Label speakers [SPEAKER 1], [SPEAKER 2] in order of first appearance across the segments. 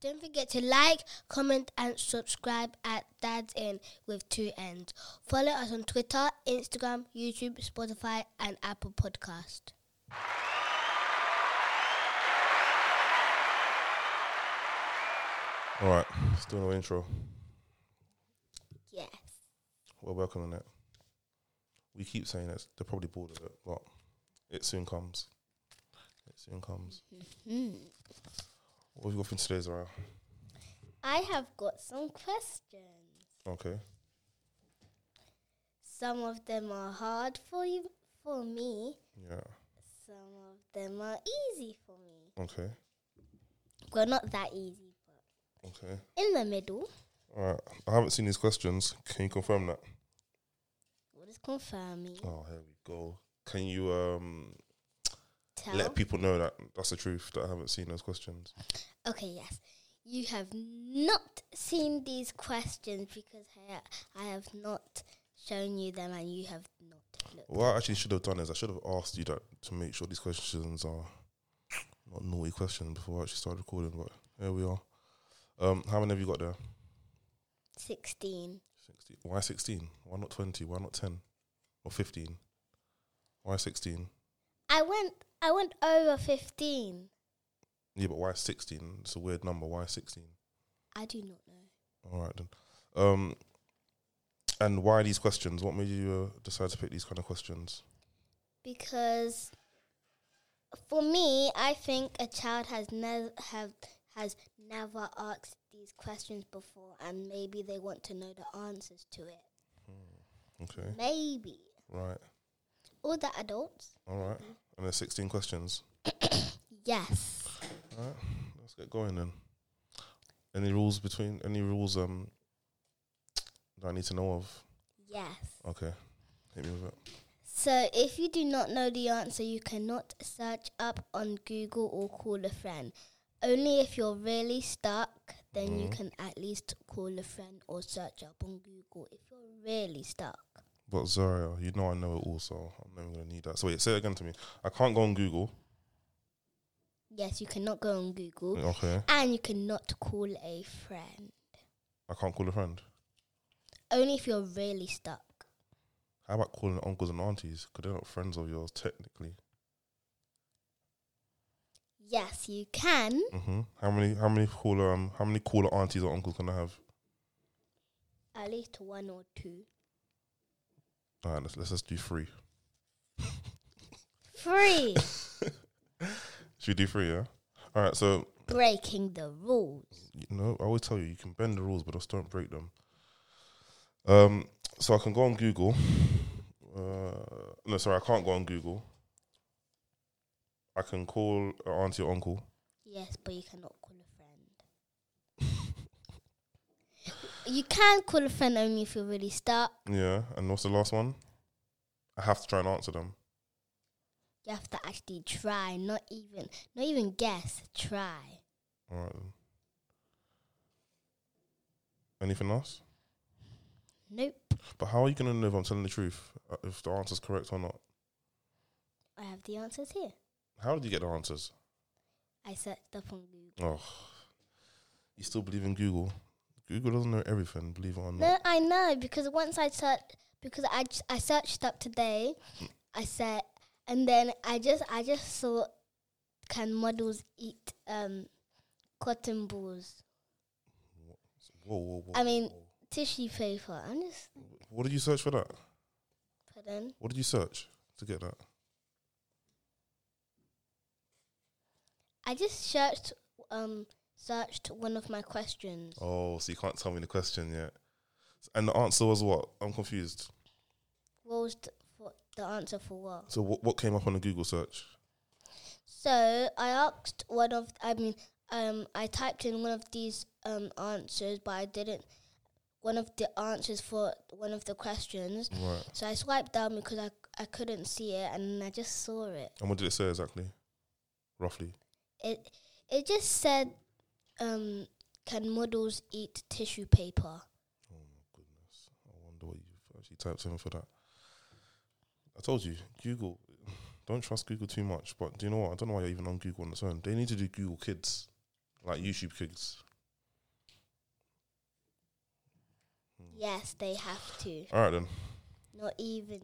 [SPEAKER 1] Don't forget to like, comment, and subscribe at Dad's In with two ends. Follow us on Twitter, Instagram, YouTube, Spotify, and Apple Podcast.
[SPEAKER 2] All right, still no intro.
[SPEAKER 1] Yes.
[SPEAKER 2] We're working on it. We keep saying it. They're probably bored of it, but it soon comes. It soon comes.
[SPEAKER 1] Hmm.
[SPEAKER 2] What have you got for today, Zara?
[SPEAKER 1] I have got some questions.
[SPEAKER 2] Okay.
[SPEAKER 1] Some of them are hard for you, for me.
[SPEAKER 2] Yeah.
[SPEAKER 1] Some of them are easy for me.
[SPEAKER 2] Okay.
[SPEAKER 1] Well, not that easy, but
[SPEAKER 2] Okay.
[SPEAKER 1] in the middle.
[SPEAKER 2] All right. I haven't seen these questions. Can you confirm that?
[SPEAKER 1] What is confirming?
[SPEAKER 2] Oh, here we go. Can you um
[SPEAKER 1] Tell.
[SPEAKER 2] let people know that that's the truth that I haven't seen those questions?
[SPEAKER 1] Okay, yes. You have not seen these questions because I, I have not shown you them and you have not looked.
[SPEAKER 2] What I actually should have done is I should have asked you that to make sure these questions are not naughty questions before I actually started recording, but here we are. Um, how many have you got there?
[SPEAKER 1] 16.
[SPEAKER 2] 16. Why 16? Why not 20? Why not 10? Or 15? Why 16?
[SPEAKER 1] I went I went over 15.
[SPEAKER 2] Yeah, but why 16? It's a weird number. Why 16?
[SPEAKER 1] I do not know.
[SPEAKER 2] All right, then. Um, and why these questions? What made you uh, decide to pick these kind of questions?
[SPEAKER 1] Because for me, I think a child has never have has never asked these questions before and maybe they want to know the answers to it.
[SPEAKER 2] Okay,
[SPEAKER 1] Maybe.
[SPEAKER 2] right.
[SPEAKER 1] All the adults?
[SPEAKER 2] All right. And there's 16 questions.
[SPEAKER 1] Yes.
[SPEAKER 2] All right, let's get going then. Any rules between any rules um that I need to know of?
[SPEAKER 1] Yes.
[SPEAKER 2] Okay, hit me with it.
[SPEAKER 1] So, if you do not know the answer, you cannot search up on Google or call a friend. Only if you're really stuck, then you can at least call a friend or search up on Google if you're really stuck.
[SPEAKER 2] But Zaria, you know I know it all, so I'm never gonna need that. So wait, say it again to me. I can't go on Google.
[SPEAKER 1] Yes, you cannot go on Google
[SPEAKER 2] Okay,
[SPEAKER 1] and you cannot call a friend.
[SPEAKER 2] I can't call a friend.
[SPEAKER 1] Only if you're really stuck.
[SPEAKER 2] How about calling uncles and aunties? Because they're not friends of yours technically.
[SPEAKER 1] Yes, you can.
[SPEAKER 2] hmm How many? How many caller? Um, how many caller aunties or uncles can I have?
[SPEAKER 1] At least one or two.
[SPEAKER 2] All right, let's let's just do three.
[SPEAKER 1] Three.
[SPEAKER 2] Should we do three? Yeah. All right. So
[SPEAKER 1] Breaking the rules.
[SPEAKER 2] you know, I always tell you, you can bend the rules, but just don't break them. Um, so I can go on Google. Uh, no, sorry, I can't go on Google. I can call a auntie or uncle.
[SPEAKER 1] Yes, but you cannot call a friend. you can call a friend only if you're really stuck.
[SPEAKER 2] Yeah, and what's the last one? I have to try and answer them.
[SPEAKER 1] You have to actually try, not even not even guess, try.
[SPEAKER 2] All right. Then. Anything else?
[SPEAKER 1] Nope.
[SPEAKER 2] But how are you going to know if I'm telling the truth, uh, if the answer's correct or not?
[SPEAKER 1] I have the answers here.
[SPEAKER 2] How did you get the answers?
[SPEAKER 1] I searched up on Google.
[SPEAKER 2] Oh, you still believe in Google? Google doesn't know everything, believe it or not.
[SPEAKER 1] No, I know because once I searched because I, j- I searched up today, I said and then I just I just saw can models eat um cotton balls.
[SPEAKER 2] Whoa, whoa, whoa.
[SPEAKER 1] I mean tissue paper. I'm just
[SPEAKER 2] what did you search for that?
[SPEAKER 1] pardon.
[SPEAKER 2] What did you search to get that?
[SPEAKER 1] I just searched um searched one of my questions.
[SPEAKER 2] Oh, so you can't tell me the question yet. And the answer was what? I'm confused.
[SPEAKER 1] What was the, for the answer for what?
[SPEAKER 2] So what what came up on the Google search?
[SPEAKER 1] So I asked one of I mean um I typed in one of these um answers, but I didn't one of the answers for one of the questions.
[SPEAKER 2] Right.
[SPEAKER 1] So I swiped down because I I couldn't see it, and I just saw it.
[SPEAKER 2] And what did it say exactly? Roughly.
[SPEAKER 1] It it just said um can models eat tissue paper?
[SPEAKER 2] Oh my goodness. I wonder what you've actually typed in for that. I told you, Google don't trust Google too much, but do you know what? I don't know why you're even on Google on its own. They need to do Google kids. Like YouTube kids.
[SPEAKER 1] Yes, they have to.
[SPEAKER 2] All right then.
[SPEAKER 1] Not even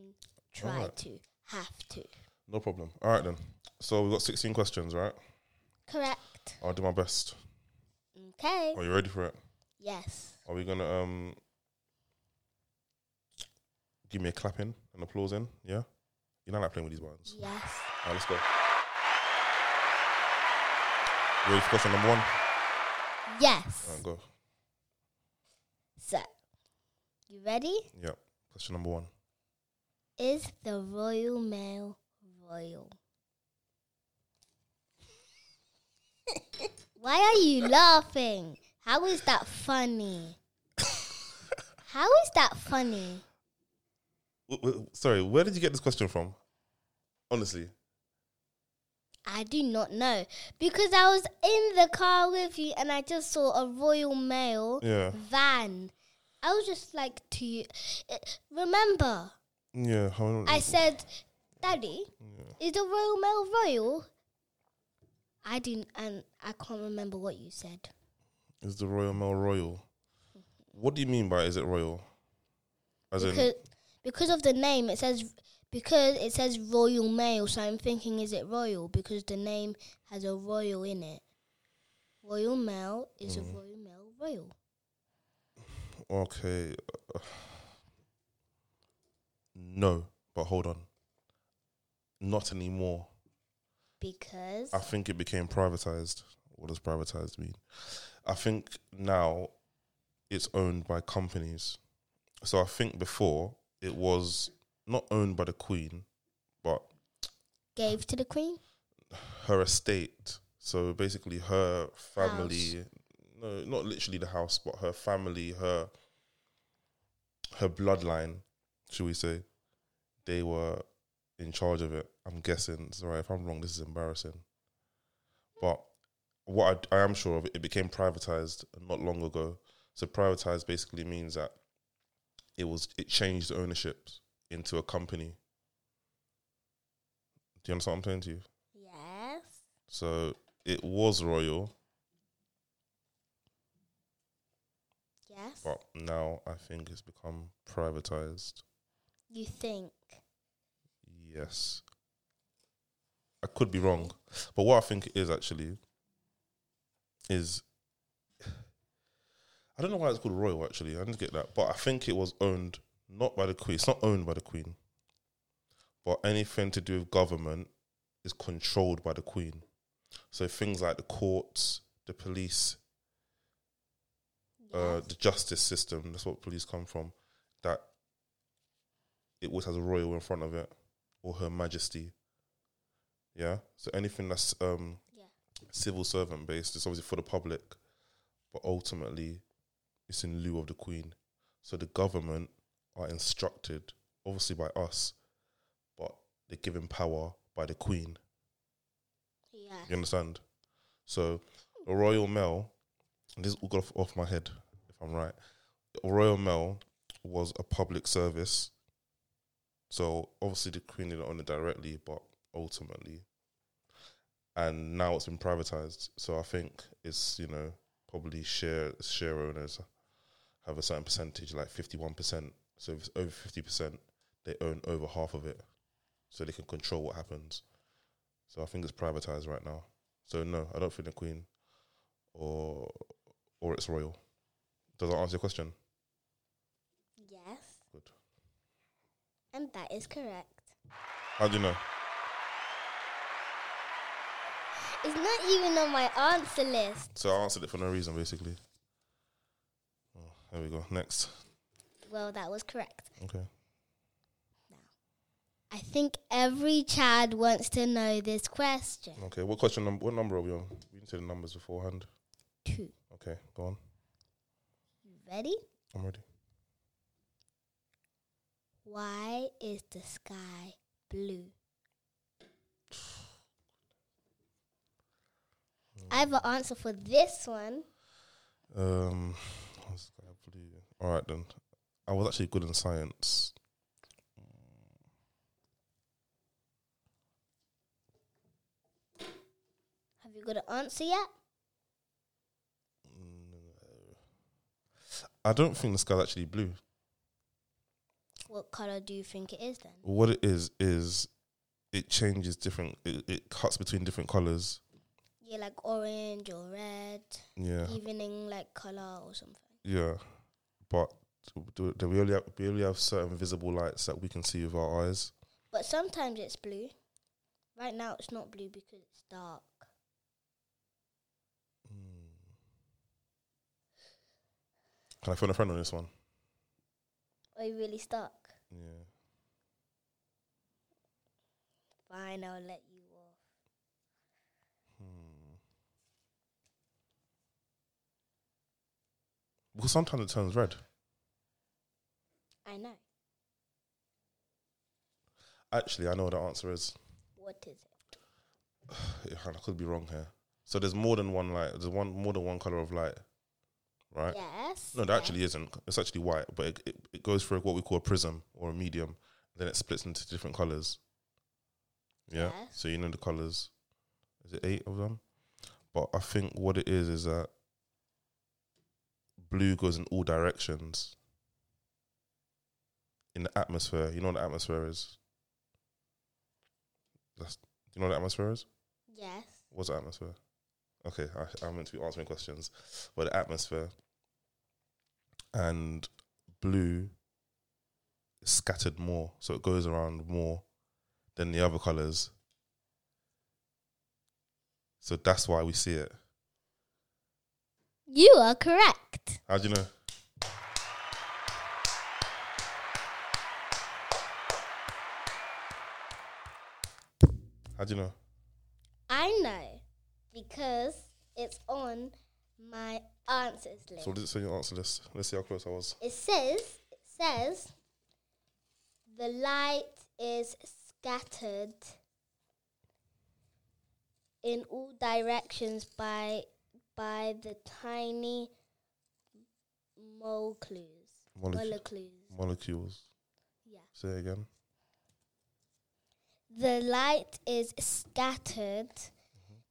[SPEAKER 1] try
[SPEAKER 2] Alright.
[SPEAKER 1] to. Have to.
[SPEAKER 2] No problem. All right then. So we've got 16 questions, right?
[SPEAKER 1] Correct.
[SPEAKER 2] I'll do my best.
[SPEAKER 1] Okay.
[SPEAKER 2] Are you ready for it?
[SPEAKER 1] Yes.
[SPEAKER 2] Are we gonna um give me a clapping and applause in? Yeah? You know I like playing with these buttons.
[SPEAKER 1] Yes.
[SPEAKER 2] Alright, let's go. Ready for question number one?
[SPEAKER 1] Yes.
[SPEAKER 2] Alright, go.
[SPEAKER 1] So, you ready?
[SPEAKER 2] Yeah. Question number one.
[SPEAKER 1] Is the Royal Mail royal? Why are you laughing? How is that funny? How is that funny?
[SPEAKER 2] W- w- sorry, where did you get this question from? Honestly.
[SPEAKER 1] I do not know because I was in the car with you and I just saw a Royal Mail
[SPEAKER 2] Yeah.
[SPEAKER 1] van. I was just like to you. eh, Remember,
[SPEAKER 2] Yeah. How
[SPEAKER 1] I said, "Daddy, is the Royal Mail royal?" I didn't, and I can't remember what you said.
[SPEAKER 2] is the Royal Mail royal? What do you mean by is it royal? As in
[SPEAKER 1] because because of the name, it says because it says Royal Mail, so I'm thinking, is it royal? Because the name has a royal in it. Royal Mail is
[SPEAKER 2] Mm.
[SPEAKER 1] a Royal Mail royal.
[SPEAKER 2] Okay. uh, No, but hold on. Not anymore.
[SPEAKER 1] Because
[SPEAKER 2] I think it became privatized. What does privatized mean? I think now it's owned by companies. So I think before it was not owned by the Queen, but
[SPEAKER 1] gave to the Queen.
[SPEAKER 2] her estate. So basically, her family. No, not literally the house, but her family, her her bloodline, should we say? They were in charge of it. I'm guessing. Sorry if I'm wrong. This is embarrassing. But what I, I am sure of, it became privatized not long ago. So privatized basically means that it was it changed ownership into a company. Do you understand what I'm saying to you?
[SPEAKER 1] Yes.
[SPEAKER 2] So it was royal,
[SPEAKER 1] Yes.
[SPEAKER 2] but now I think it's become privatized.
[SPEAKER 1] You think?
[SPEAKER 2] Yes. I could be wrong, but what I think it is actually is I don't know why it's called royal actually. I didn't get that, but I think it was owned not by the queen. It's not owned by the queen, but anything to do with government is controlled by the queen. So things like the courts, the police, uh,
[SPEAKER 1] Yes.
[SPEAKER 2] the justice system. That's what police come from. That it always has a royal in front of it, or Her Majesty. Yeah. So anything that's um,
[SPEAKER 1] Yeah.
[SPEAKER 2] civil servant based, it's obviously for the public, but ultimately, it's in lieu of the Queen. So the government are instructed, obviously by us, but they're given power by the Queen.
[SPEAKER 1] yeah.
[SPEAKER 2] You understand? So a Royal Mail, and this all got off, off my head, if I'm right. A Royal Mail was a public service. So obviously the Queen didn't own it directly, but ultimately. And now it's been privatized. So I think it's, you know, probably share share owners have a certain percentage, like fifty one percent. So if it's over fifty percent, they own over half of it. So they can control what happens. So I think it's privatized right now. So no, I don't think the Queen or or it's royal. Does that answer your question?
[SPEAKER 1] Yes.
[SPEAKER 2] Good.
[SPEAKER 1] And that is correct.
[SPEAKER 2] How do you know?
[SPEAKER 1] It's not even on my answer list.
[SPEAKER 2] So I answered it for no reason, basically. Oh, there we go. Next.
[SPEAKER 1] Well, that was correct.
[SPEAKER 2] Okay.
[SPEAKER 1] I think every child wants to know this question.
[SPEAKER 2] Okay. What question number? What number are we on? We didn't say the numbers beforehand.
[SPEAKER 1] Two.
[SPEAKER 2] Okay. Go on.
[SPEAKER 1] You ready?
[SPEAKER 2] I'm ready.
[SPEAKER 1] Why is the sky blue? I have an answer for this one.
[SPEAKER 2] Um, what's the guy blue? All right then. I was actually good in science.
[SPEAKER 1] Have you got an answer yet?
[SPEAKER 2] Mm, I don't think the sky's actually blue.
[SPEAKER 1] What color do you think it is then?
[SPEAKER 2] What it is is it changes different. It, it cuts between different colors.
[SPEAKER 1] Yeah, like orange or red,
[SPEAKER 2] Yeah,
[SPEAKER 1] evening like color or something.
[SPEAKER 2] yeah. But do, do we only have, we only have certain visible lights that we can see with our eyes.
[SPEAKER 1] But sometimes it's blue. Right now it's not blue because it's dark.
[SPEAKER 2] Hmm. Can I phone a friend on this one?
[SPEAKER 1] Are you really stuck?
[SPEAKER 2] Yeah.
[SPEAKER 1] Fine, I'll let you off.
[SPEAKER 2] Hmm. Because sometimes it turns red.
[SPEAKER 1] I know.
[SPEAKER 2] Actually, I know what the answer is.
[SPEAKER 1] What is it?
[SPEAKER 2] Yeah, I could be wrong here. So there's more than one light. There's one more than one color of light, right?
[SPEAKER 1] Yes.
[SPEAKER 2] No, there actually isn't. It's actually white, but it, it, it goes through what we call a prism or a medium. Then it splits into different colors. Yeah.
[SPEAKER 1] Yes.
[SPEAKER 2] So you know the colors. Is it eight of them? But I think what it is is that blue goes in all directions in the atmosphere. You know what the atmosphere is? That's, you know what the atmosphere is?
[SPEAKER 1] Yes.
[SPEAKER 2] What's the atmosphere? Okay, I, I'm meant to be answering questions, but the atmosphere and blue is scattered more, so it goes around more than the other colors. So that's why we see it.
[SPEAKER 1] You are correct.
[SPEAKER 2] How do you know? How do you know?
[SPEAKER 1] I know because it's on my answers list.
[SPEAKER 2] So, what does it say in your answer list? Let's see how close I was.
[SPEAKER 1] It says it says the light is scattered in all directions by by the tiny molecules.
[SPEAKER 2] Molecule-
[SPEAKER 1] Molecules.
[SPEAKER 2] Molecules.
[SPEAKER 1] Yeah.
[SPEAKER 2] Say it again.
[SPEAKER 1] The light is scattered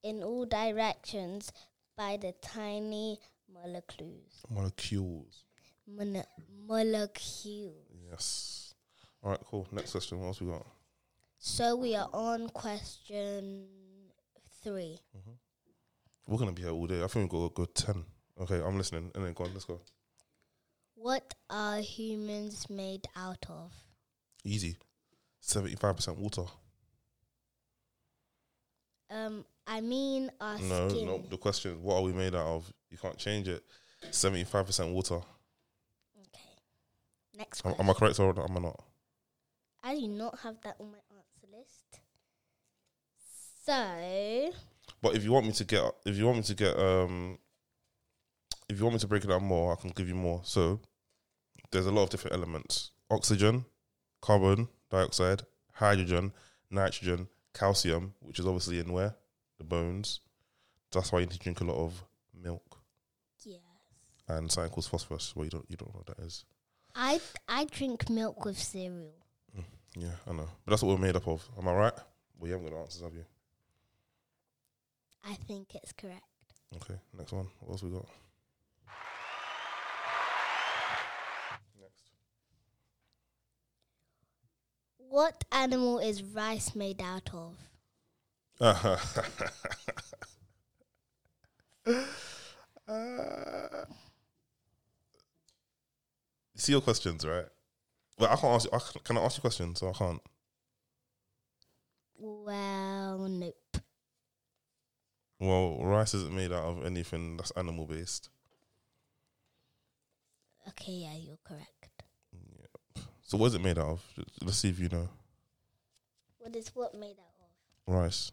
[SPEAKER 1] in all directions by the tiny molecules.
[SPEAKER 2] Molecules.
[SPEAKER 1] Mono- molecules.
[SPEAKER 2] Yes. All right, cool. Next question. What else we got?
[SPEAKER 1] So we are on question three.
[SPEAKER 2] We're gonna be here all day. I think we've got a good ten. Okay, I'm listening. And then go on, let's go.
[SPEAKER 1] What are humans made out of?
[SPEAKER 2] Easy. Seventy-five percent water.
[SPEAKER 1] Um, I mean our
[SPEAKER 2] No,
[SPEAKER 1] skin.
[SPEAKER 2] no. The question is, what are we made out of? You can't change it. Seventy-five percent water.
[SPEAKER 1] Okay. Next
[SPEAKER 2] Am,
[SPEAKER 1] question.
[SPEAKER 2] am I correct or am I not?
[SPEAKER 1] I do not have that on my answer list. So
[SPEAKER 2] But if you want me to get, if you want me to get, um, if you want me to break it down more, I can give you more. So there's a lot of different elements: oxygen, carbon dioxide, hydrogen, nitrogen, calcium, which is obviously in where the bones. That's why you need to drink a lot of milk
[SPEAKER 1] yes,
[SPEAKER 2] and something called phosphorus. Well, you don't, you don't know what that is.
[SPEAKER 1] I I drink milk with cereal.
[SPEAKER 2] Yeah, I know, but that's what we're made up of. Am I right? Well, you haven't got the answers, have you?
[SPEAKER 1] I think it's correct.
[SPEAKER 2] Okay, next one. What else we got? Next.
[SPEAKER 1] What animal is rice made out of?
[SPEAKER 2] Uh, see your questions, right? Well, I can't ask. You, I can, can I ask you questions? So I can't.
[SPEAKER 1] Well, nope.
[SPEAKER 2] Well, rice isn't made out of anything that's animal based.
[SPEAKER 1] Okay, yeah, you're correct.
[SPEAKER 2] So what is it made out of? Let's see if you know.
[SPEAKER 1] What is what made out of?
[SPEAKER 2] Rice.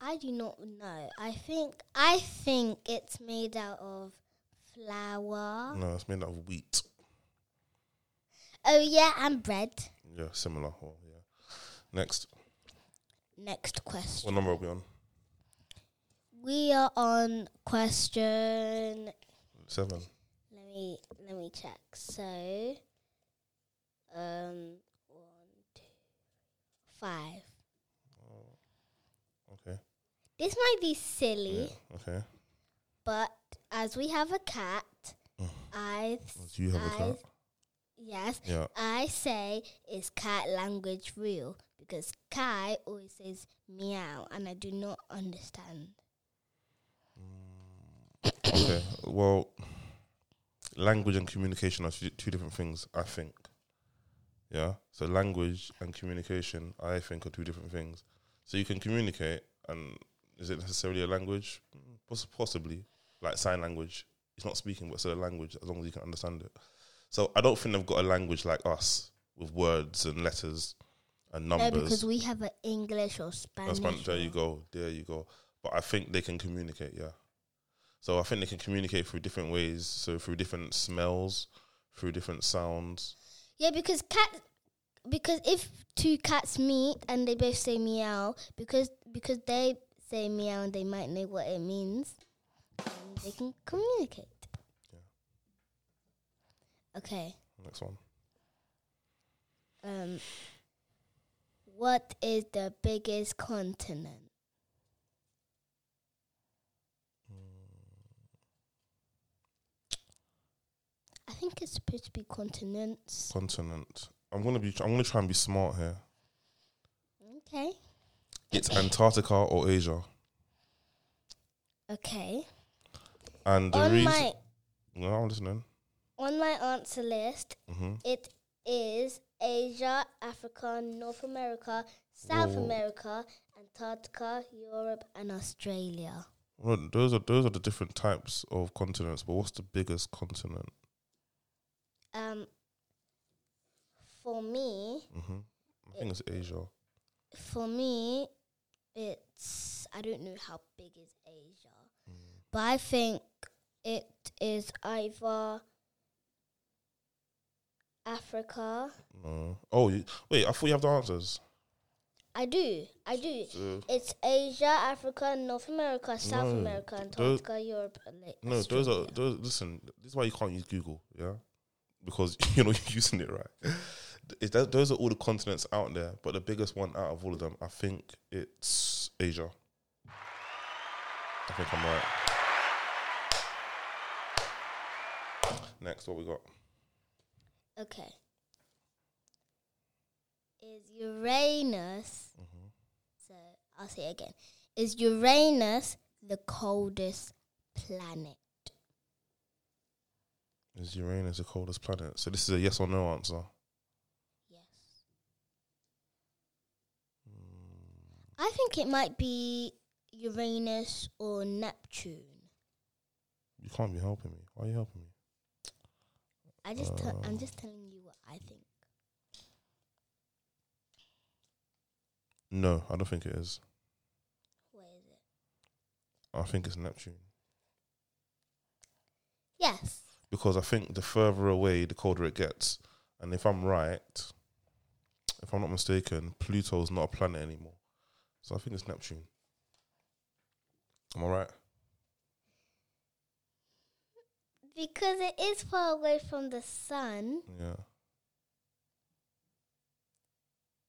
[SPEAKER 1] I do not know. I think I think it's made out of flour.
[SPEAKER 2] No, it's made out of wheat.
[SPEAKER 1] Oh yeah, and bread.
[SPEAKER 2] Yeah, similar. Well, yeah. Next,
[SPEAKER 1] Next question.
[SPEAKER 2] what number are we on?
[SPEAKER 1] We are on question.
[SPEAKER 2] Seven.
[SPEAKER 1] Let me let me check. So, um, one, two, five.
[SPEAKER 2] Okay.
[SPEAKER 1] This might be silly,
[SPEAKER 2] Yeah. Oh, Okay.
[SPEAKER 1] But as we have a cat, I
[SPEAKER 2] Do Mm. you have a
[SPEAKER 1] I-
[SPEAKER 2] cat?
[SPEAKER 1] yes,
[SPEAKER 2] Yeah.
[SPEAKER 1] I say is cat language real because Kai always says meow, and I do not understand.
[SPEAKER 2] Mm. Okay. Well, language and communication are two two different things, I think. Yeah. So language and communication, I think, are two different things. So you can communicate, and is it necessarily a language? Mm, poss- Possibly, like sign language. It's not speaking, but it's a language as long as you can understand it. So I don't think they've got a language like us with words and letters and
[SPEAKER 1] No,
[SPEAKER 2] numbers.
[SPEAKER 1] because we have an English or Spanish.
[SPEAKER 2] That's fine. There you
[SPEAKER 1] or-
[SPEAKER 2] go. There you go. But I think they can communicate. Yeah. So I think they can communicate through different ways. So through different smells, through different sounds.
[SPEAKER 1] Yeah, because cat because if two cats meet and they both say meow, because because they say meow and they might know what it means, then they can communicate. Okay.
[SPEAKER 2] Next one.
[SPEAKER 1] Um what is the biggest continent?
[SPEAKER 2] Hmm.
[SPEAKER 1] I think it's supposed to be continents.
[SPEAKER 2] Continent. I'm gonna be. I'm gonna try and be smart here.
[SPEAKER 1] Okay.
[SPEAKER 2] It's Antarctica or Asia.
[SPEAKER 1] Okay.
[SPEAKER 2] And the
[SPEAKER 1] On
[SPEAKER 2] reason.
[SPEAKER 1] my
[SPEAKER 2] no, I'm listening.
[SPEAKER 1] on my answer list
[SPEAKER 2] Mm-hmm.
[SPEAKER 1] It is Asia, Africa, North America, South
[SPEAKER 2] Whoa.
[SPEAKER 1] America, Antarctica, Europe, and Australia.
[SPEAKER 2] Well, those are those are the different types of continents. But what's the biggest continent?
[SPEAKER 1] Um, for me,
[SPEAKER 2] hmm I think it's Asia.
[SPEAKER 1] for me, it's I don't know how big is Asia, but I think it is either Africa.
[SPEAKER 2] No. Oh, you, wait. I thought you have the answers.
[SPEAKER 1] I do, I do.
[SPEAKER 2] So-
[SPEAKER 1] It's Asia, Africa, North America, South
[SPEAKER 2] No,
[SPEAKER 1] America,
[SPEAKER 2] th-
[SPEAKER 1] Antarctica, Europe, and like
[SPEAKER 2] No, those are those. Listen, this is why you can't use Google, yeah, because you know you're using it right. It, that, those are all the continents out there, but the biggest one out of all of them, I think it's Asia. I think I'm right. Next, what we got?
[SPEAKER 1] Okay. Is Uranus,
[SPEAKER 2] Mm-hmm.
[SPEAKER 1] so I'll say it again. Is Uranus the coldest planet?
[SPEAKER 2] Is Uranus the coldest planet? So this is a yes or no answer.
[SPEAKER 1] Yes.
[SPEAKER 2] Mm,
[SPEAKER 1] I think it might be Uranus or Neptune.
[SPEAKER 2] You can't be helping me. Why are you helping me?
[SPEAKER 1] I just tell
[SPEAKER 2] Oh.
[SPEAKER 1] I'm just telling you what I think.
[SPEAKER 2] No, I don't think it is.
[SPEAKER 1] Where is it?
[SPEAKER 2] I think it's Neptune.
[SPEAKER 1] Yes.
[SPEAKER 2] because I think the further away, the colder it gets. And if I'm right, if I'm not mistaken, Pluto's not a planet anymore. So I think it's Neptune. Am I right?
[SPEAKER 1] Because it is far away from the sun.
[SPEAKER 2] Yeah.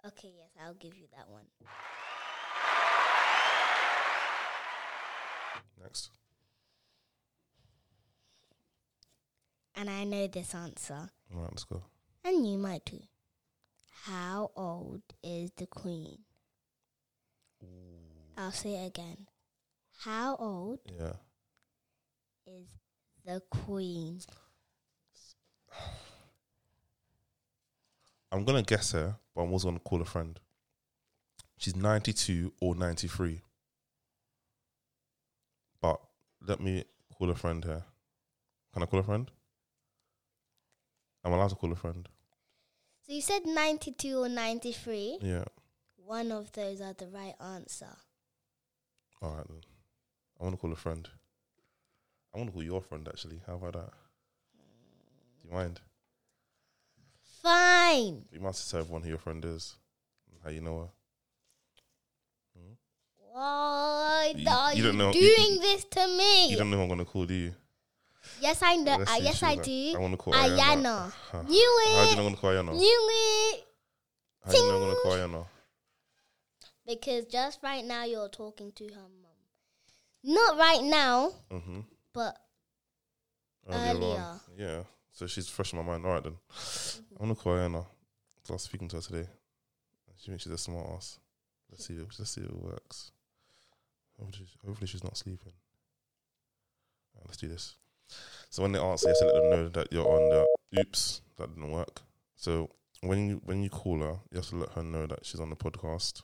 [SPEAKER 1] Okay, yes, I'll give you that one.
[SPEAKER 2] Next.
[SPEAKER 1] And I know this answer.
[SPEAKER 2] All right, let's go.
[SPEAKER 1] And you might too. How old is the queen? I'll say it again. How old
[SPEAKER 2] Yeah.
[SPEAKER 1] is the queen?
[SPEAKER 2] I'm going to guess her, but I'm also going to call a friend. She's 92 or 93. But let me call a friend here. Can I call a friend? I'm allowed to call a friend.
[SPEAKER 1] So you said 92 or 93.
[SPEAKER 2] Yeah.
[SPEAKER 1] One of those are the right answer.
[SPEAKER 2] All right, then. I want to call a friend. I want to call your friend, actually. How about that? Do you mind?
[SPEAKER 1] Fine.
[SPEAKER 2] You must tell everyone who your friend is, and how you know her.
[SPEAKER 1] Why
[SPEAKER 2] You-
[SPEAKER 1] are
[SPEAKER 2] you
[SPEAKER 1] you,
[SPEAKER 2] don't know-
[SPEAKER 1] doing
[SPEAKER 2] you-
[SPEAKER 1] this to me?
[SPEAKER 2] You don't know who I'm going to call, do you?
[SPEAKER 1] yes, I know.
[SPEAKER 2] Let's
[SPEAKER 1] Uh,
[SPEAKER 2] see,
[SPEAKER 1] yes,
[SPEAKER 2] she
[SPEAKER 1] I
[SPEAKER 2] was like,
[SPEAKER 1] do.
[SPEAKER 2] I want to call
[SPEAKER 1] Ayana.
[SPEAKER 2] Huh.
[SPEAKER 1] Knew
[SPEAKER 2] How do you know I'm
[SPEAKER 1] it.
[SPEAKER 2] going to call Ayana?
[SPEAKER 1] Knew it.
[SPEAKER 2] How do you know I'm going to call Ayana?
[SPEAKER 1] Because just right now you're talking to her mum. Not right now,
[SPEAKER 2] Mm-hmm.
[SPEAKER 1] but
[SPEAKER 2] earlier on.
[SPEAKER 1] Earlier.
[SPEAKER 2] Yeah. So she's fresh in my mind. All right, then. I'm going to call Ayana. 'cause I was speaking to her today. She thinks she's a smart ass. Let's see, if, let's see if it works. Hopefully, she- hopefully she's not sleeping. All right, let's do this. So when they answer, you have to let them know that you're on the oops, that didn't work. So when you when you call her, you have to let her know that she's on the podcast.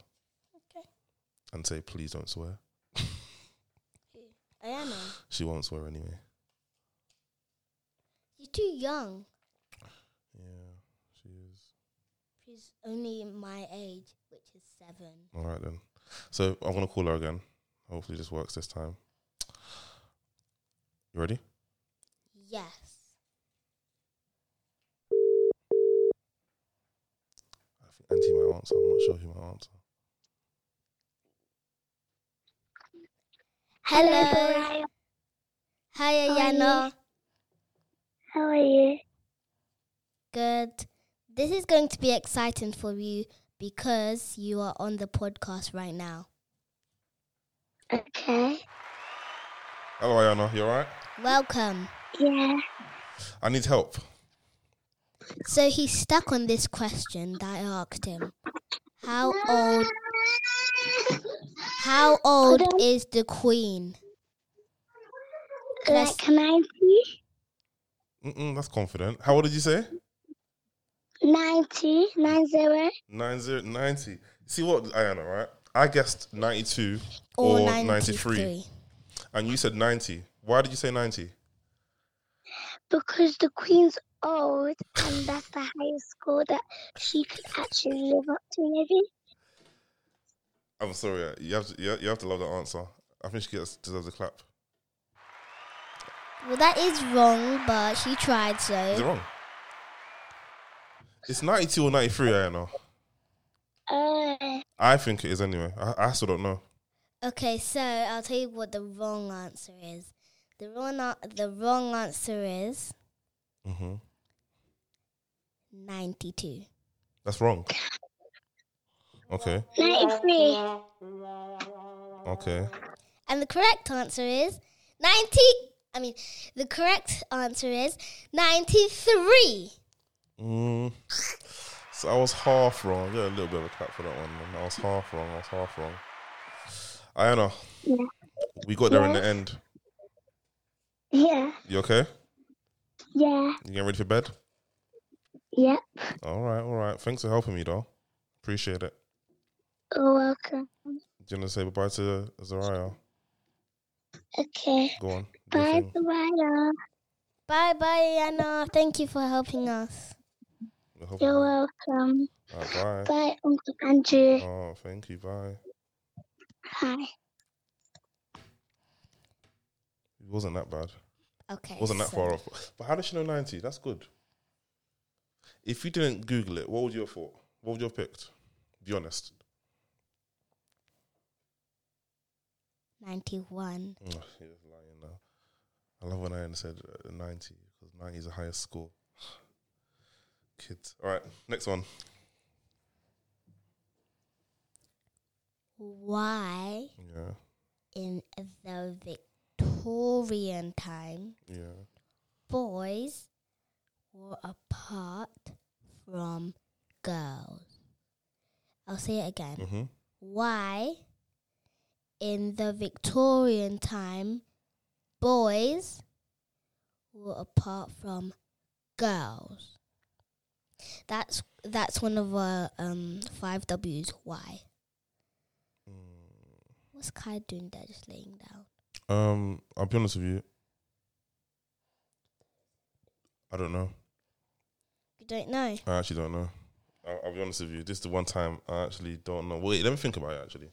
[SPEAKER 1] Okay.
[SPEAKER 2] And say, please don't swear.
[SPEAKER 1] Ayana,
[SPEAKER 2] She won't swear anyway.
[SPEAKER 1] you're too young.
[SPEAKER 2] Yeah, she is.
[SPEAKER 1] She's only my age, which is seven.
[SPEAKER 2] All right then. So I'm gonna call her again. Hopefully this works this time. You ready?
[SPEAKER 1] Yes.
[SPEAKER 2] I think Auntie might answer. I'm not sure who might answer.
[SPEAKER 1] Hello. Hi, Ayana.
[SPEAKER 3] How are you?
[SPEAKER 1] Good. This is going to be exciting for you because you are on the podcast right now.
[SPEAKER 3] Okay.
[SPEAKER 2] Hello, Ayana. You all right?
[SPEAKER 1] Welcome.
[SPEAKER 3] Yeah.
[SPEAKER 2] I need help.
[SPEAKER 1] So he's stuck on this question that I asked him. How old how old is the queen?
[SPEAKER 3] Like, can I be
[SPEAKER 2] Mm-mm, that's confident. How old did you say?
[SPEAKER 3] 90, 90?
[SPEAKER 2] Nine zero ninety. See what Ayana, right? I guessed ninety-two
[SPEAKER 1] Or,
[SPEAKER 2] or,
[SPEAKER 1] 93.
[SPEAKER 2] ninety-three, and you said ninety. Why did you say ninety?
[SPEAKER 3] Because the Queen's old and that's the highest score that she could actually live up to, maybe.
[SPEAKER 2] I'm sorry. uh, You have to. You you have to love the answer. I think she gets deserves a clap.
[SPEAKER 1] Well, that is wrong, but she tried
[SPEAKER 2] Is it
[SPEAKER 1] so.
[SPEAKER 2] wrong? It's ninety-two or ninety-three. Ayana.
[SPEAKER 3] Uh,
[SPEAKER 2] I think it is anyway. I, I still don't know.
[SPEAKER 1] Okay, so I'll tell you what the wrong answer is. The wrong a- the wrong answer is
[SPEAKER 2] Mm-hmm.
[SPEAKER 1] 92.
[SPEAKER 2] That's wrong. Okay.
[SPEAKER 3] 93.
[SPEAKER 2] Okay.
[SPEAKER 1] And the correct answer is 90. I mean, the correct answer is 93.
[SPEAKER 2] Mm. So I was half wrong. I got a little bit of a clap for that one. Man. I was half wrong. I was half wrong. Ayana,
[SPEAKER 3] Yeah.
[SPEAKER 2] we got there in the end.
[SPEAKER 3] Yeah.
[SPEAKER 2] You okay?
[SPEAKER 3] Yeah.
[SPEAKER 2] You getting ready for bed?
[SPEAKER 3] Yep.
[SPEAKER 2] All right. All right. Thanks for helping me, though. Appreciate it.
[SPEAKER 3] You're welcome.
[SPEAKER 2] Do you want to say goodbye to Zariah?
[SPEAKER 3] Okay.
[SPEAKER 2] Go on. do your
[SPEAKER 3] Bye,
[SPEAKER 2] thing.
[SPEAKER 3] Soraya.
[SPEAKER 1] Bye bye, Anna. Thank you for helping us.
[SPEAKER 2] We'll help
[SPEAKER 3] You're
[SPEAKER 2] you.
[SPEAKER 3] welcome.
[SPEAKER 2] All right, bye.
[SPEAKER 3] Bye, Uncle Andrew.
[SPEAKER 2] Oh, thank you. Bye.
[SPEAKER 3] Hi.
[SPEAKER 2] It wasn't that bad.
[SPEAKER 1] Okay.
[SPEAKER 2] Wasn't that
[SPEAKER 1] so-
[SPEAKER 2] far off. But how does she know 90? That's good. If you didn't Google it, what would you have thought? What would you have picked? Be honest.
[SPEAKER 1] 91.
[SPEAKER 2] Ugh, You're just Mm, lying now. I love when Ian said uh, 90 because 90 is the highest score. Kids. All right, next one.
[SPEAKER 1] Why
[SPEAKER 2] Yeah,
[SPEAKER 1] in the Victorian time
[SPEAKER 2] yeah.
[SPEAKER 1] boys were apart from girls? I'll say it again.
[SPEAKER 2] Mm-hmm.
[SPEAKER 1] why in the Victorian time boys were apart from girls. That's that's one of our um five W's. Why?
[SPEAKER 2] Mm,
[SPEAKER 1] What's Kai doing there, just laying down?
[SPEAKER 2] Um, I'll be honest with you. I don't know.
[SPEAKER 1] You don't know.
[SPEAKER 2] I actually don't know. I'll, I'll be honest with you. This is the one time I actually don't know. Wait, let me think about it actually.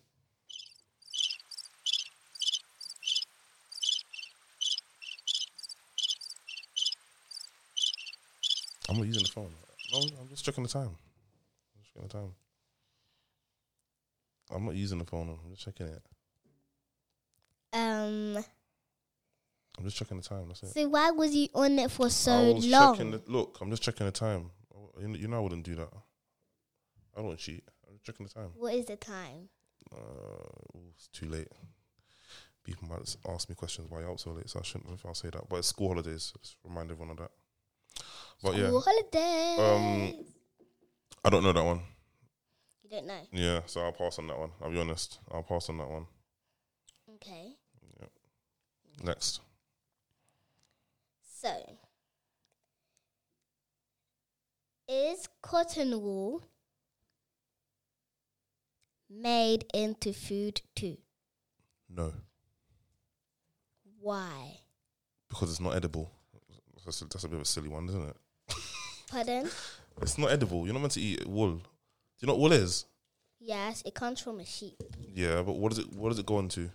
[SPEAKER 2] I'm not using the phone. No, I'm just checking the time. I'm just checking the time. I'm not using the phone. I'm just checking it.
[SPEAKER 1] Um.
[SPEAKER 2] I'm just checking the time. That's it.
[SPEAKER 1] So why was you on it for
[SPEAKER 2] I
[SPEAKER 1] so
[SPEAKER 2] was
[SPEAKER 1] long?
[SPEAKER 2] checking the, look, I'm just checking the time. You kn- you know I wouldn't do that. I don't cheat. I'm just checking the time.
[SPEAKER 1] What is the time?
[SPEAKER 2] Uh, ooh, it's too late. people might s- ask me questions why you're out so late, so I shouldn't if I'll say that. But it's school holidays. Just remind everyone of that. But yeah, Um,
[SPEAKER 1] School holidays.
[SPEAKER 2] I don't know that one.
[SPEAKER 1] you don't know.
[SPEAKER 2] Yeah, so I'll pass on that one. I'll be honest. I'll pass on that one.
[SPEAKER 1] Okay.
[SPEAKER 2] Next.
[SPEAKER 1] So, is cotton wool made into food too?
[SPEAKER 2] No,
[SPEAKER 1] Why?
[SPEAKER 2] because it's not edible. That's a, that's a bit of a silly one, isn't it?
[SPEAKER 1] Pardon?
[SPEAKER 2] It's not edible. You're not meant to eat wool. Do you know what wool is?
[SPEAKER 1] Yes, it comes from a sheep.
[SPEAKER 2] Yeah, but what does it? What does it go on to?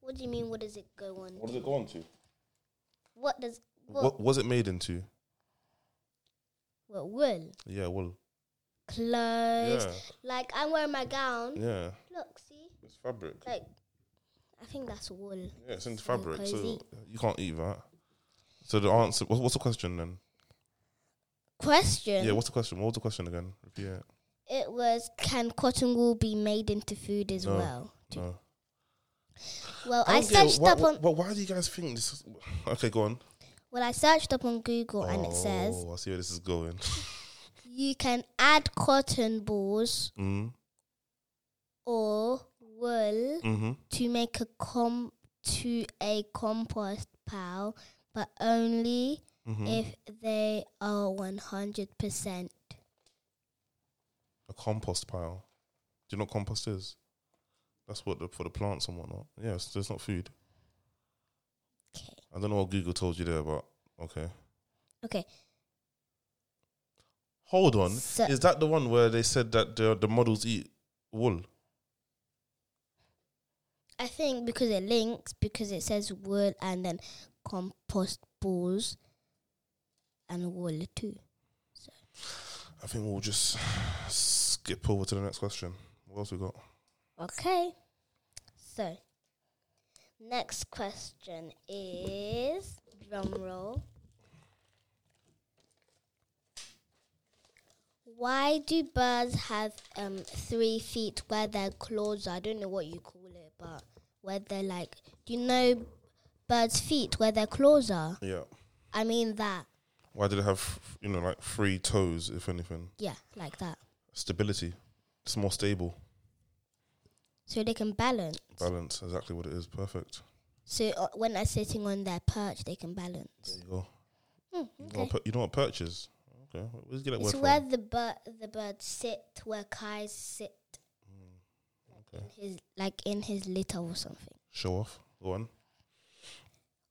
[SPEAKER 1] What do you mean? What does it go on?
[SPEAKER 2] does it go on to?
[SPEAKER 1] What does what?
[SPEAKER 2] What was it made into?
[SPEAKER 1] What wool?
[SPEAKER 2] Yeah, wool.
[SPEAKER 1] Clothes.
[SPEAKER 2] Yeah,
[SPEAKER 1] Like I'm wearing my gown.
[SPEAKER 2] yeah.
[SPEAKER 1] Look, see,
[SPEAKER 2] It's fabric.
[SPEAKER 1] like I think that's wool.
[SPEAKER 2] Yeah, it's in
[SPEAKER 1] So
[SPEAKER 2] fabric, so
[SPEAKER 1] cozy.
[SPEAKER 2] you can't eat that. So the answer. What's, what's the question then?
[SPEAKER 1] Question.
[SPEAKER 2] Yeah, what's the question? What was the question again? Repeat it.
[SPEAKER 1] It was can cotton wool be made into food as
[SPEAKER 2] No.
[SPEAKER 1] well?
[SPEAKER 2] No. Oh,
[SPEAKER 1] Well, I,
[SPEAKER 2] don't get it.
[SPEAKER 1] searched
[SPEAKER 2] Why-
[SPEAKER 1] up on
[SPEAKER 2] But why do you guys think this? Is, okay, go on.
[SPEAKER 1] well, I searched up on Google and it says
[SPEAKER 2] Oh, I see where this is going.
[SPEAKER 1] you can add cotton balls
[SPEAKER 2] Mm.
[SPEAKER 1] or wool
[SPEAKER 2] Mm-hmm.
[SPEAKER 1] to make a com to a compost pile, but only
[SPEAKER 2] Mm-hmm.
[SPEAKER 1] if they are one hundred percent.
[SPEAKER 2] a compost pile. Do you know what compost is? That's what the, for the plants and whatnot. Yeah, it's, it's not food.
[SPEAKER 1] Okay.
[SPEAKER 2] I don't know what Google told you there, but okay.
[SPEAKER 1] Okay.
[SPEAKER 2] Hold on.
[SPEAKER 1] So-
[SPEAKER 2] is that the one where they said that the the models eat wool?
[SPEAKER 1] I think because it links because it says wool and then compost balls and wool too.
[SPEAKER 2] I think we'll just skip over to the next question. What else we got?
[SPEAKER 1] Okay. So, next question is drum roll. Why do birds have um three feet where their claws are? I don't know what you call it, but where they're like, do you know birds' feet where their claws are?
[SPEAKER 2] Yeah.
[SPEAKER 1] I mean that.
[SPEAKER 2] Why did it have you know like three toes? If anything,
[SPEAKER 1] Yeah, like that.
[SPEAKER 2] stability. It's more stable.
[SPEAKER 1] So they can balance.
[SPEAKER 2] Balance. Exactly what it is. Perfect.
[SPEAKER 1] So uh, when they're sitting on their perch, they can balance.
[SPEAKER 2] There you go.
[SPEAKER 1] Hmm,
[SPEAKER 2] You know
[SPEAKER 1] okay.
[SPEAKER 2] what per- You know what perch is? Okay. Where's get that word
[SPEAKER 1] It's
[SPEAKER 2] from?
[SPEAKER 1] where the bird the birds sit, where Kai sit.
[SPEAKER 2] Mm, okay.
[SPEAKER 1] In his like in his litter or something.
[SPEAKER 2] Show off. Go on.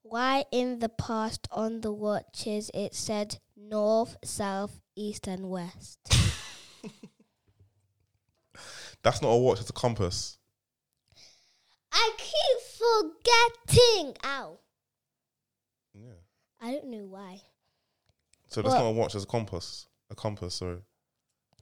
[SPEAKER 1] Why in the past on the watches it said north, south, east and west?
[SPEAKER 2] That's not a watch. It's a compass.
[SPEAKER 1] I keep forgetting. Ow.
[SPEAKER 2] Yeah.
[SPEAKER 1] I don't know why.
[SPEAKER 2] So that's
[SPEAKER 1] Well-
[SPEAKER 2] not a watch. It's a compass. A compass. Sorry.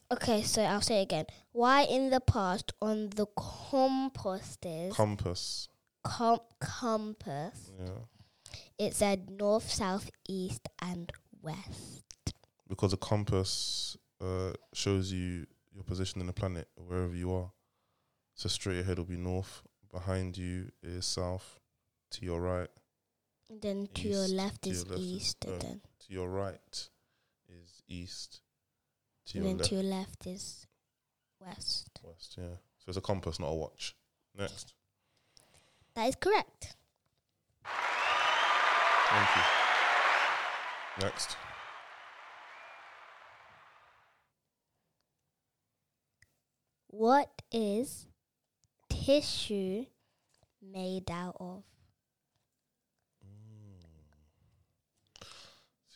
[SPEAKER 1] Okay, so I'll say it again. Why in the past on the composters
[SPEAKER 2] Compass.
[SPEAKER 1] com- compass
[SPEAKER 2] Yeah.
[SPEAKER 1] it said north, south, east and west?
[SPEAKER 2] Because a compass uh, shows you your position in the planet wherever you are. So straight ahead will be north. Behind you is south. To your right.
[SPEAKER 1] And then to your
[SPEAKER 2] East,
[SPEAKER 1] left
[SPEAKER 2] to your
[SPEAKER 1] is
[SPEAKER 2] left is uh,
[SPEAKER 1] east and
[SPEAKER 2] west.
[SPEAKER 1] then
[SPEAKER 2] To your right is east. To
[SPEAKER 1] And
[SPEAKER 2] your
[SPEAKER 1] then
[SPEAKER 2] left
[SPEAKER 1] to your left is west.
[SPEAKER 2] west. Yeah. So it's a compass, not a watch. Next.
[SPEAKER 1] That is correct.
[SPEAKER 2] Thank you. Next.
[SPEAKER 1] What is tissue made out of?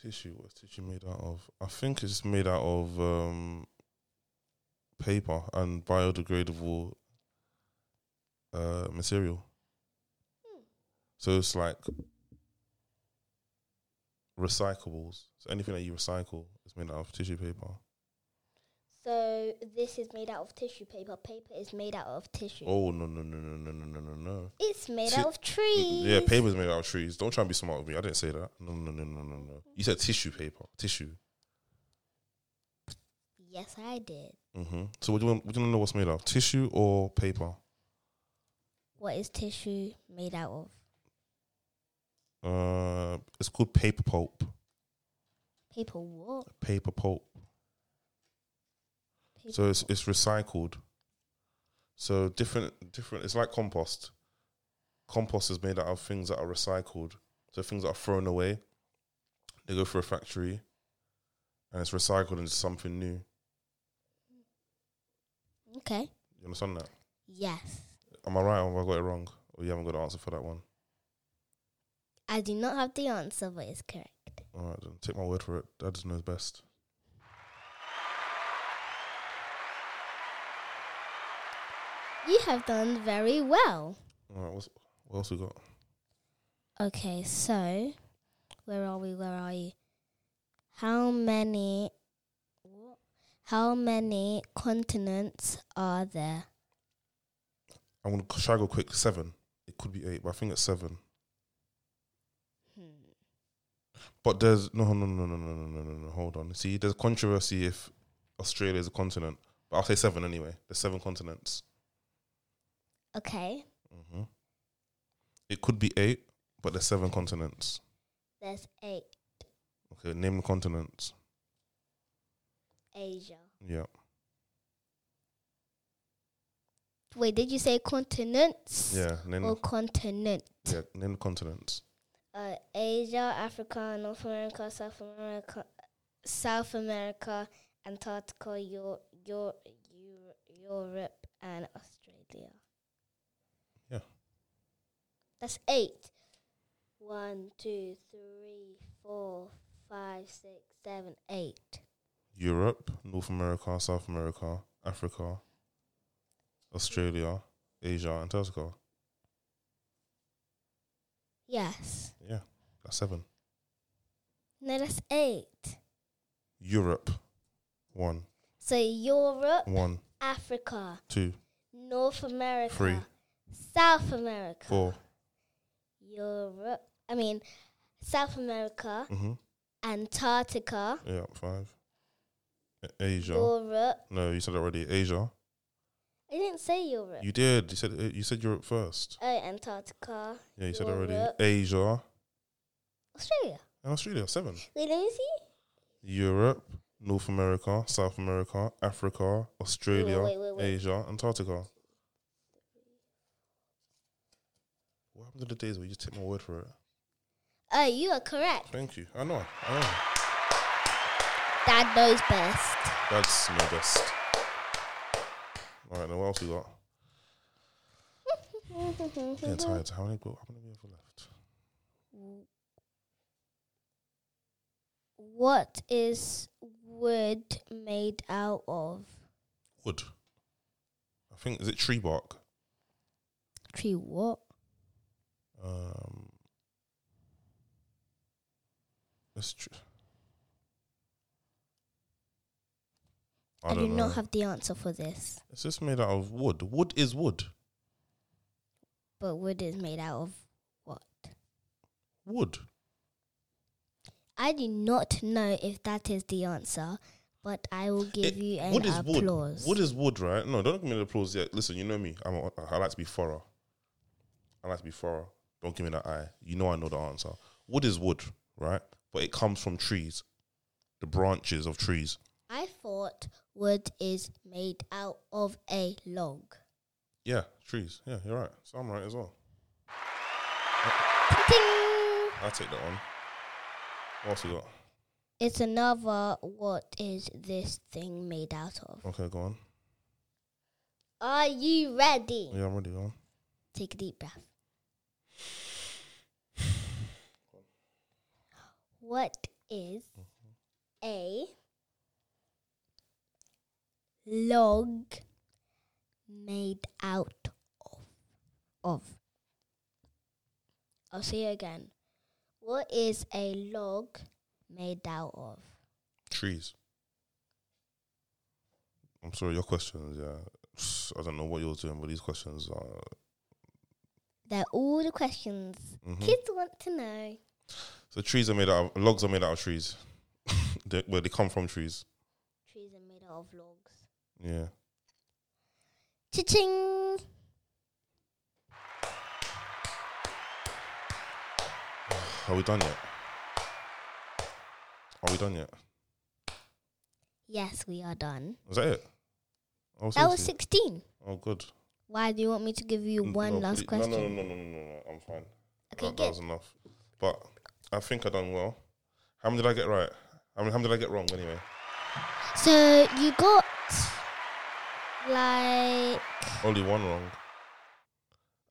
[SPEAKER 2] Tissue. What's tissue made out of? I think it's made out of um, paper and biodegradable uh, material. So it's like recyclables. So anything that you recycle is made out of tissue paper.
[SPEAKER 1] So this is made out of tissue paper. Paper is made out of tissue.
[SPEAKER 2] Oh no no no no no no no no no.
[SPEAKER 1] It's made
[SPEAKER 2] Ti-
[SPEAKER 1] out of trees.
[SPEAKER 2] Yeah, paper's made out of trees. Don't try and be smart with me. I didn't say that. No no no no no no. You said tissue paper. Tissue.
[SPEAKER 1] Yes, I did.
[SPEAKER 2] Mm-hmm. hmm So, what do you want, what do you want to know what's made of? Tissue or paper?
[SPEAKER 1] What is tissue made out of?
[SPEAKER 2] Uh, it's called paper pulp.
[SPEAKER 1] Paper what?
[SPEAKER 2] Paper pulp.
[SPEAKER 1] Paper
[SPEAKER 2] So it's it's recycled. So different different. It's like compost. Compost is made out of things that are recycled. So things that are thrown away, they go through a factory, and it's recycled into something new.
[SPEAKER 1] okay.
[SPEAKER 2] You understand that?
[SPEAKER 1] Yes.
[SPEAKER 2] Am I right or have I got it wrong? Or you haven't got the answer for that one?
[SPEAKER 1] I do not have the answer, but it's correct.
[SPEAKER 2] All right, then take my word for it. Dad just knows best.
[SPEAKER 1] You have done very well.
[SPEAKER 2] All right, what's, what else we got?
[SPEAKER 1] Okay, so where are we? Where are you? How many? What? How many continents are there?
[SPEAKER 2] I'm gonna try go quick. Seven. It could be eight, but I think it's seven.
[SPEAKER 1] Hmm.
[SPEAKER 2] But there's no, no, no, no, no, no, no, no. Hold on. See, there's controversy if Australia is a continent, but I'll say seven anyway. There's seven continents.
[SPEAKER 1] Okay,
[SPEAKER 2] hmm It could be eight, but there's seven continents.
[SPEAKER 1] there's eight.
[SPEAKER 2] Okay, name the continents.
[SPEAKER 1] Asia.
[SPEAKER 2] Yeah,
[SPEAKER 1] Wait, did you say continents?
[SPEAKER 2] yeah. Name,
[SPEAKER 1] Or continent?
[SPEAKER 2] yeah. Name the continents.
[SPEAKER 1] Uh, Asia, Africa, North America, South America, South America, Antarctica, Europe, Europe, Europe and Australia.
[SPEAKER 2] Yeah.
[SPEAKER 1] That's eight. One, two, three, four, five, six, seven, eight.
[SPEAKER 2] Europe, North America, South America, Africa, Australia, Asia, Antarctica.
[SPEAKER 1] Yes.
[SPEAKER 2] Yeah, that's seven.
[SPEAKER 1] No, that's eight.
[SPEAKER 2] Europe, one,
[SPEAKER 1] So Europe,
[SPEAKER 2] one,
[SPEAKER 1] Africa,
[SPEAKER 2] two,
[SPEAKER 1] North America,
[SPEAKER 2] three,
[SPEAKER 1] South America.
[SPEAKER 2] four.
[SPEAKER 1] Europe. I mean, South America,
[SPEAKER 2] Mm-hmm.
[SPEAKER 1] Antarctica,
[SPEAKER 2] Yeah, five. A- Asia.
[SPEAKER 1] Europe.
[SPEAKER 2] No, you said already Asia.
[SPEAKER 1] I didn't say Europe.
[SPEAKER 2] You did. You said you said Europe first.
[SPEAKER 1] oh, Antarctica,
[SPEAKER 2] Yeah, you said already
[SPEAKER 1] Europe.
[SPEAKER 2] Asia
[SPEAKER 1] Australia.
[SPEAKER 2] and Australia. Seven.
[SPEAKER 1] Wait, let me see.
[SPEAKER 2] Europe, North America, South America, Africa, Australia,
[SPEAKER 1] wait, wait, wait.
[SPEAKER 2] Asia, Antarctica. What happened to the days where you just take my word for it?
[SPEAKER 1] Oh, you are correct.
[SPEAKER 2] Thank you. I know. I know.
[SPEAKER 1] Dad knows best.
[SPEAKER 2] That's my best. All right, now what else we got? Getting tired. How many? go- How many we have left?
[SPEAKER 1] What is wood made out of?
[SPEAKER 2] Wood. I think is it tree bark.
[SPEAKER 1] Tree what?
[SPEAKER 2] Um, it's tr- I,
[SPEAKER 1] I, do
[SPEAKER 2] don't know.
[SPEAKER 1] not have the answer for this,
[SPEAKER 2] it's just made out of wood. Wood is wood.
[SPEAKER 1] but wood is made out of what?
[SPEAKER 2] Wood.
[SPEAKER 1] I do not know if that is the answer, but I will give
[SPEAKER 2] It-
[SPEAKER 1] you an
[SPEAKER 2] wood is
[SPEAKER 1] applause.
[SPEAKER 2] wood. Wood is wood, right? No, don't give me the applause yet. Listen, you know me. I'm a, I like to be thorough. I like to be thorough. Don't give me that eye. You know I know the answer. Wood is wood, right? But it comes from trees, the branches of trees.
[SPEAKER 1] I thought wood is made out of a log.
[SPEAKER 2] Yeah, trees. Yeah, you're right. So I'm right as well.
[SPEAKER 1] Ting!
[SPEAKER 2] I'll take that one. What else we got?
[SPEAKER 1] It's another what is this thing made out of?
[SPEAKER 2] Okay, go on.
[SPEAKER 1] Are you ready?
[SPEAKER 2] Yeah, I'm ready. Go on.
[SPEAKER 1] Take a deep breath. What is a log made out of? of? I'll say it again. What is a log made out of?
[SPEAKER 2] Trees. I'm sorry, your questions, yeah. I don't know what you're doing, but these questions are.
[SPEAKER 1] They're all the questions
[SPEAKER 2] Mhm.
[SPEAKER 1] kids want to know.
[SPEAKER 2] So trees are made out of, logs are made out of trees. they, where they come from trees.
[SPEAKER 1] Trees are made out of logs.
[SPEAKER 2] Yeah.
[SPEAKER 1] Cha-ching!
[SPEAKER 2] Are we done yet? Are we done yet?
[SPEAKER 1] Yes, we are done.
[SPEAKER 2] Is that it? Oh,
[SPEAKER 1] That was
[SPEAKER 2] seriously?
[SPEAKER 1] 16.
[SPEAKER 2] Oh, good.
[SPEAKER 1] Why do you want me to give you
[SPEAKER 2] N-
[SPEAKER 1] one
[SPEAKER 2] Mm, no,
[SPEAKER 1] last
[SPEAKER 2] please-
[SPEAKER 1] question?
[SPEAKER 2] No, no, no, no, no, no, no. I'm fine.
[SPEAKER 1] Okay,
[SPEAKER 2] that, that
[SPEAKER 1] get
[SPEAKER 2] was enough. But I think I done well. How many did I get right? I mean, how many did I get wrong anyway?
[SPEAKER 1] So you got like
[SPEAKER 2] Only one wrong.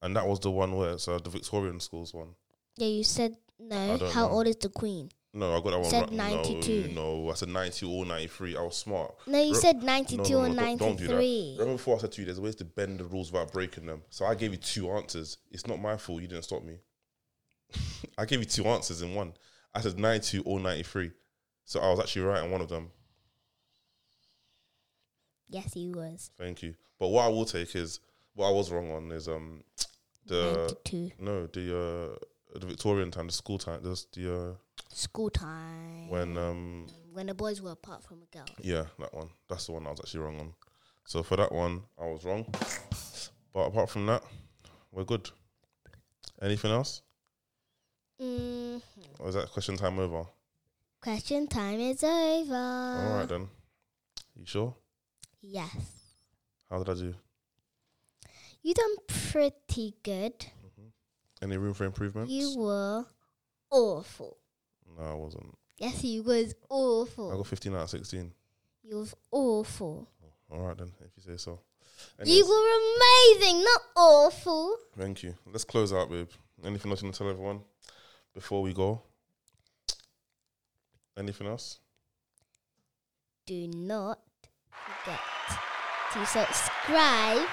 [SPEAKER 2] And that was the one where it's uh, the Victorian schools one.
[SPEAKER 1] yeah, you said no.
[SPEAKER 2] I don't
[SPEAKER 1] How
[SPEAKER 2] know.
[SPEAKER 1] old is the queen?
[SPEAKER 2] No, I got that one
[SPEAKER 1] Said
[SPEAKER 2] right.
[SPEAKER 1] 92.
[SPEAKER 2] No, no, I said 90 or 93. I was smart.
[SPEAKER 1] No, you
[SPEAKER 2] Re-
[SPEAKER 1] said
[SPEAKER 2] No,
[SPEAKER 1] 92
[SPEAKER 2] no,
[SPEAKER 1] or
[SPEAKER 2] no, don't- don't do that.
[SPEAKER 1] 93.
[SPEAKER 2] Remember before I said to you, there's ways to bend the rules without breaking them. So I gave you two answers. It's not my fault you didn't stop me. I gave you two answers in one. I said 92 or 93. So I was actually right on one of them.
[SPEAKER 1] yes, he was
[SPEAKER 2] Thank you. But what I will take is what I was wrong on is um the
[SPEAKER 1] 92.
[SPEAKER 2] no the uh the Victorian time, the school time, just the uh
[SPEAKER 1] School time.
[SPEAKER 2] when um
[SPEAKER 1] When the boys were apart from a girl.
[SPEAKER 2] yeah that one. That's the one I was actually wrong on. So for that one, I was wrong. But apart from that, we're good. Anything else?
[SPEAKER 1] Mm,
[SPEAKER 2] Or is that question time over?
[SPEAKER 1] question time is over. Uh.
[SPEAKER 2] All right then. You sure?
[SPEAKER 1] Yes.
[SPEAKER 2] How did I do?
[SPEAKER 1] You done pretty good.
[SPEAKER 2] Any room for improvement?
[SPEAKER 1] You were awful.
[SPEAKER 2] No, I wasn't.
[SPEAKER 1] Yes, you was
[SPEAKER 2] I
[SPEAKER 1] awful.
[SPEAKER 2] got 15 out of 16.
[SPEAKER 1] You was awful.
[SPEAKER 2] All right then, if you say so.
[SPEAKER 1] You
[SPEAKER 2] Anyways,
[SPEAKER 1] were amazing, not awful.
[SPEAKER 2] Thank you. Let's close out, babe. Anything else you want to tell everyone before we go? Anything else?
[SPEAKER 1] do not forget to subscribe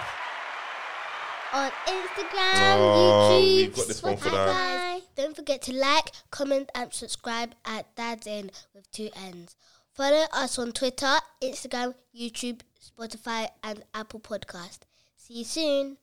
[SPEAKER 1] on Instagram,
[SPEAKER 2] Oh,
[SPEAKER 1] YouTube,
[SPEAKER 2] we got this one for that.
[SPEAKER 1] Spotify. Don't forget to like, comment, and subscribe at Dad's In with two N's. Follow us on Twitter, Instagram, YouTube, Spotify, and Apple Podcast. See you soon.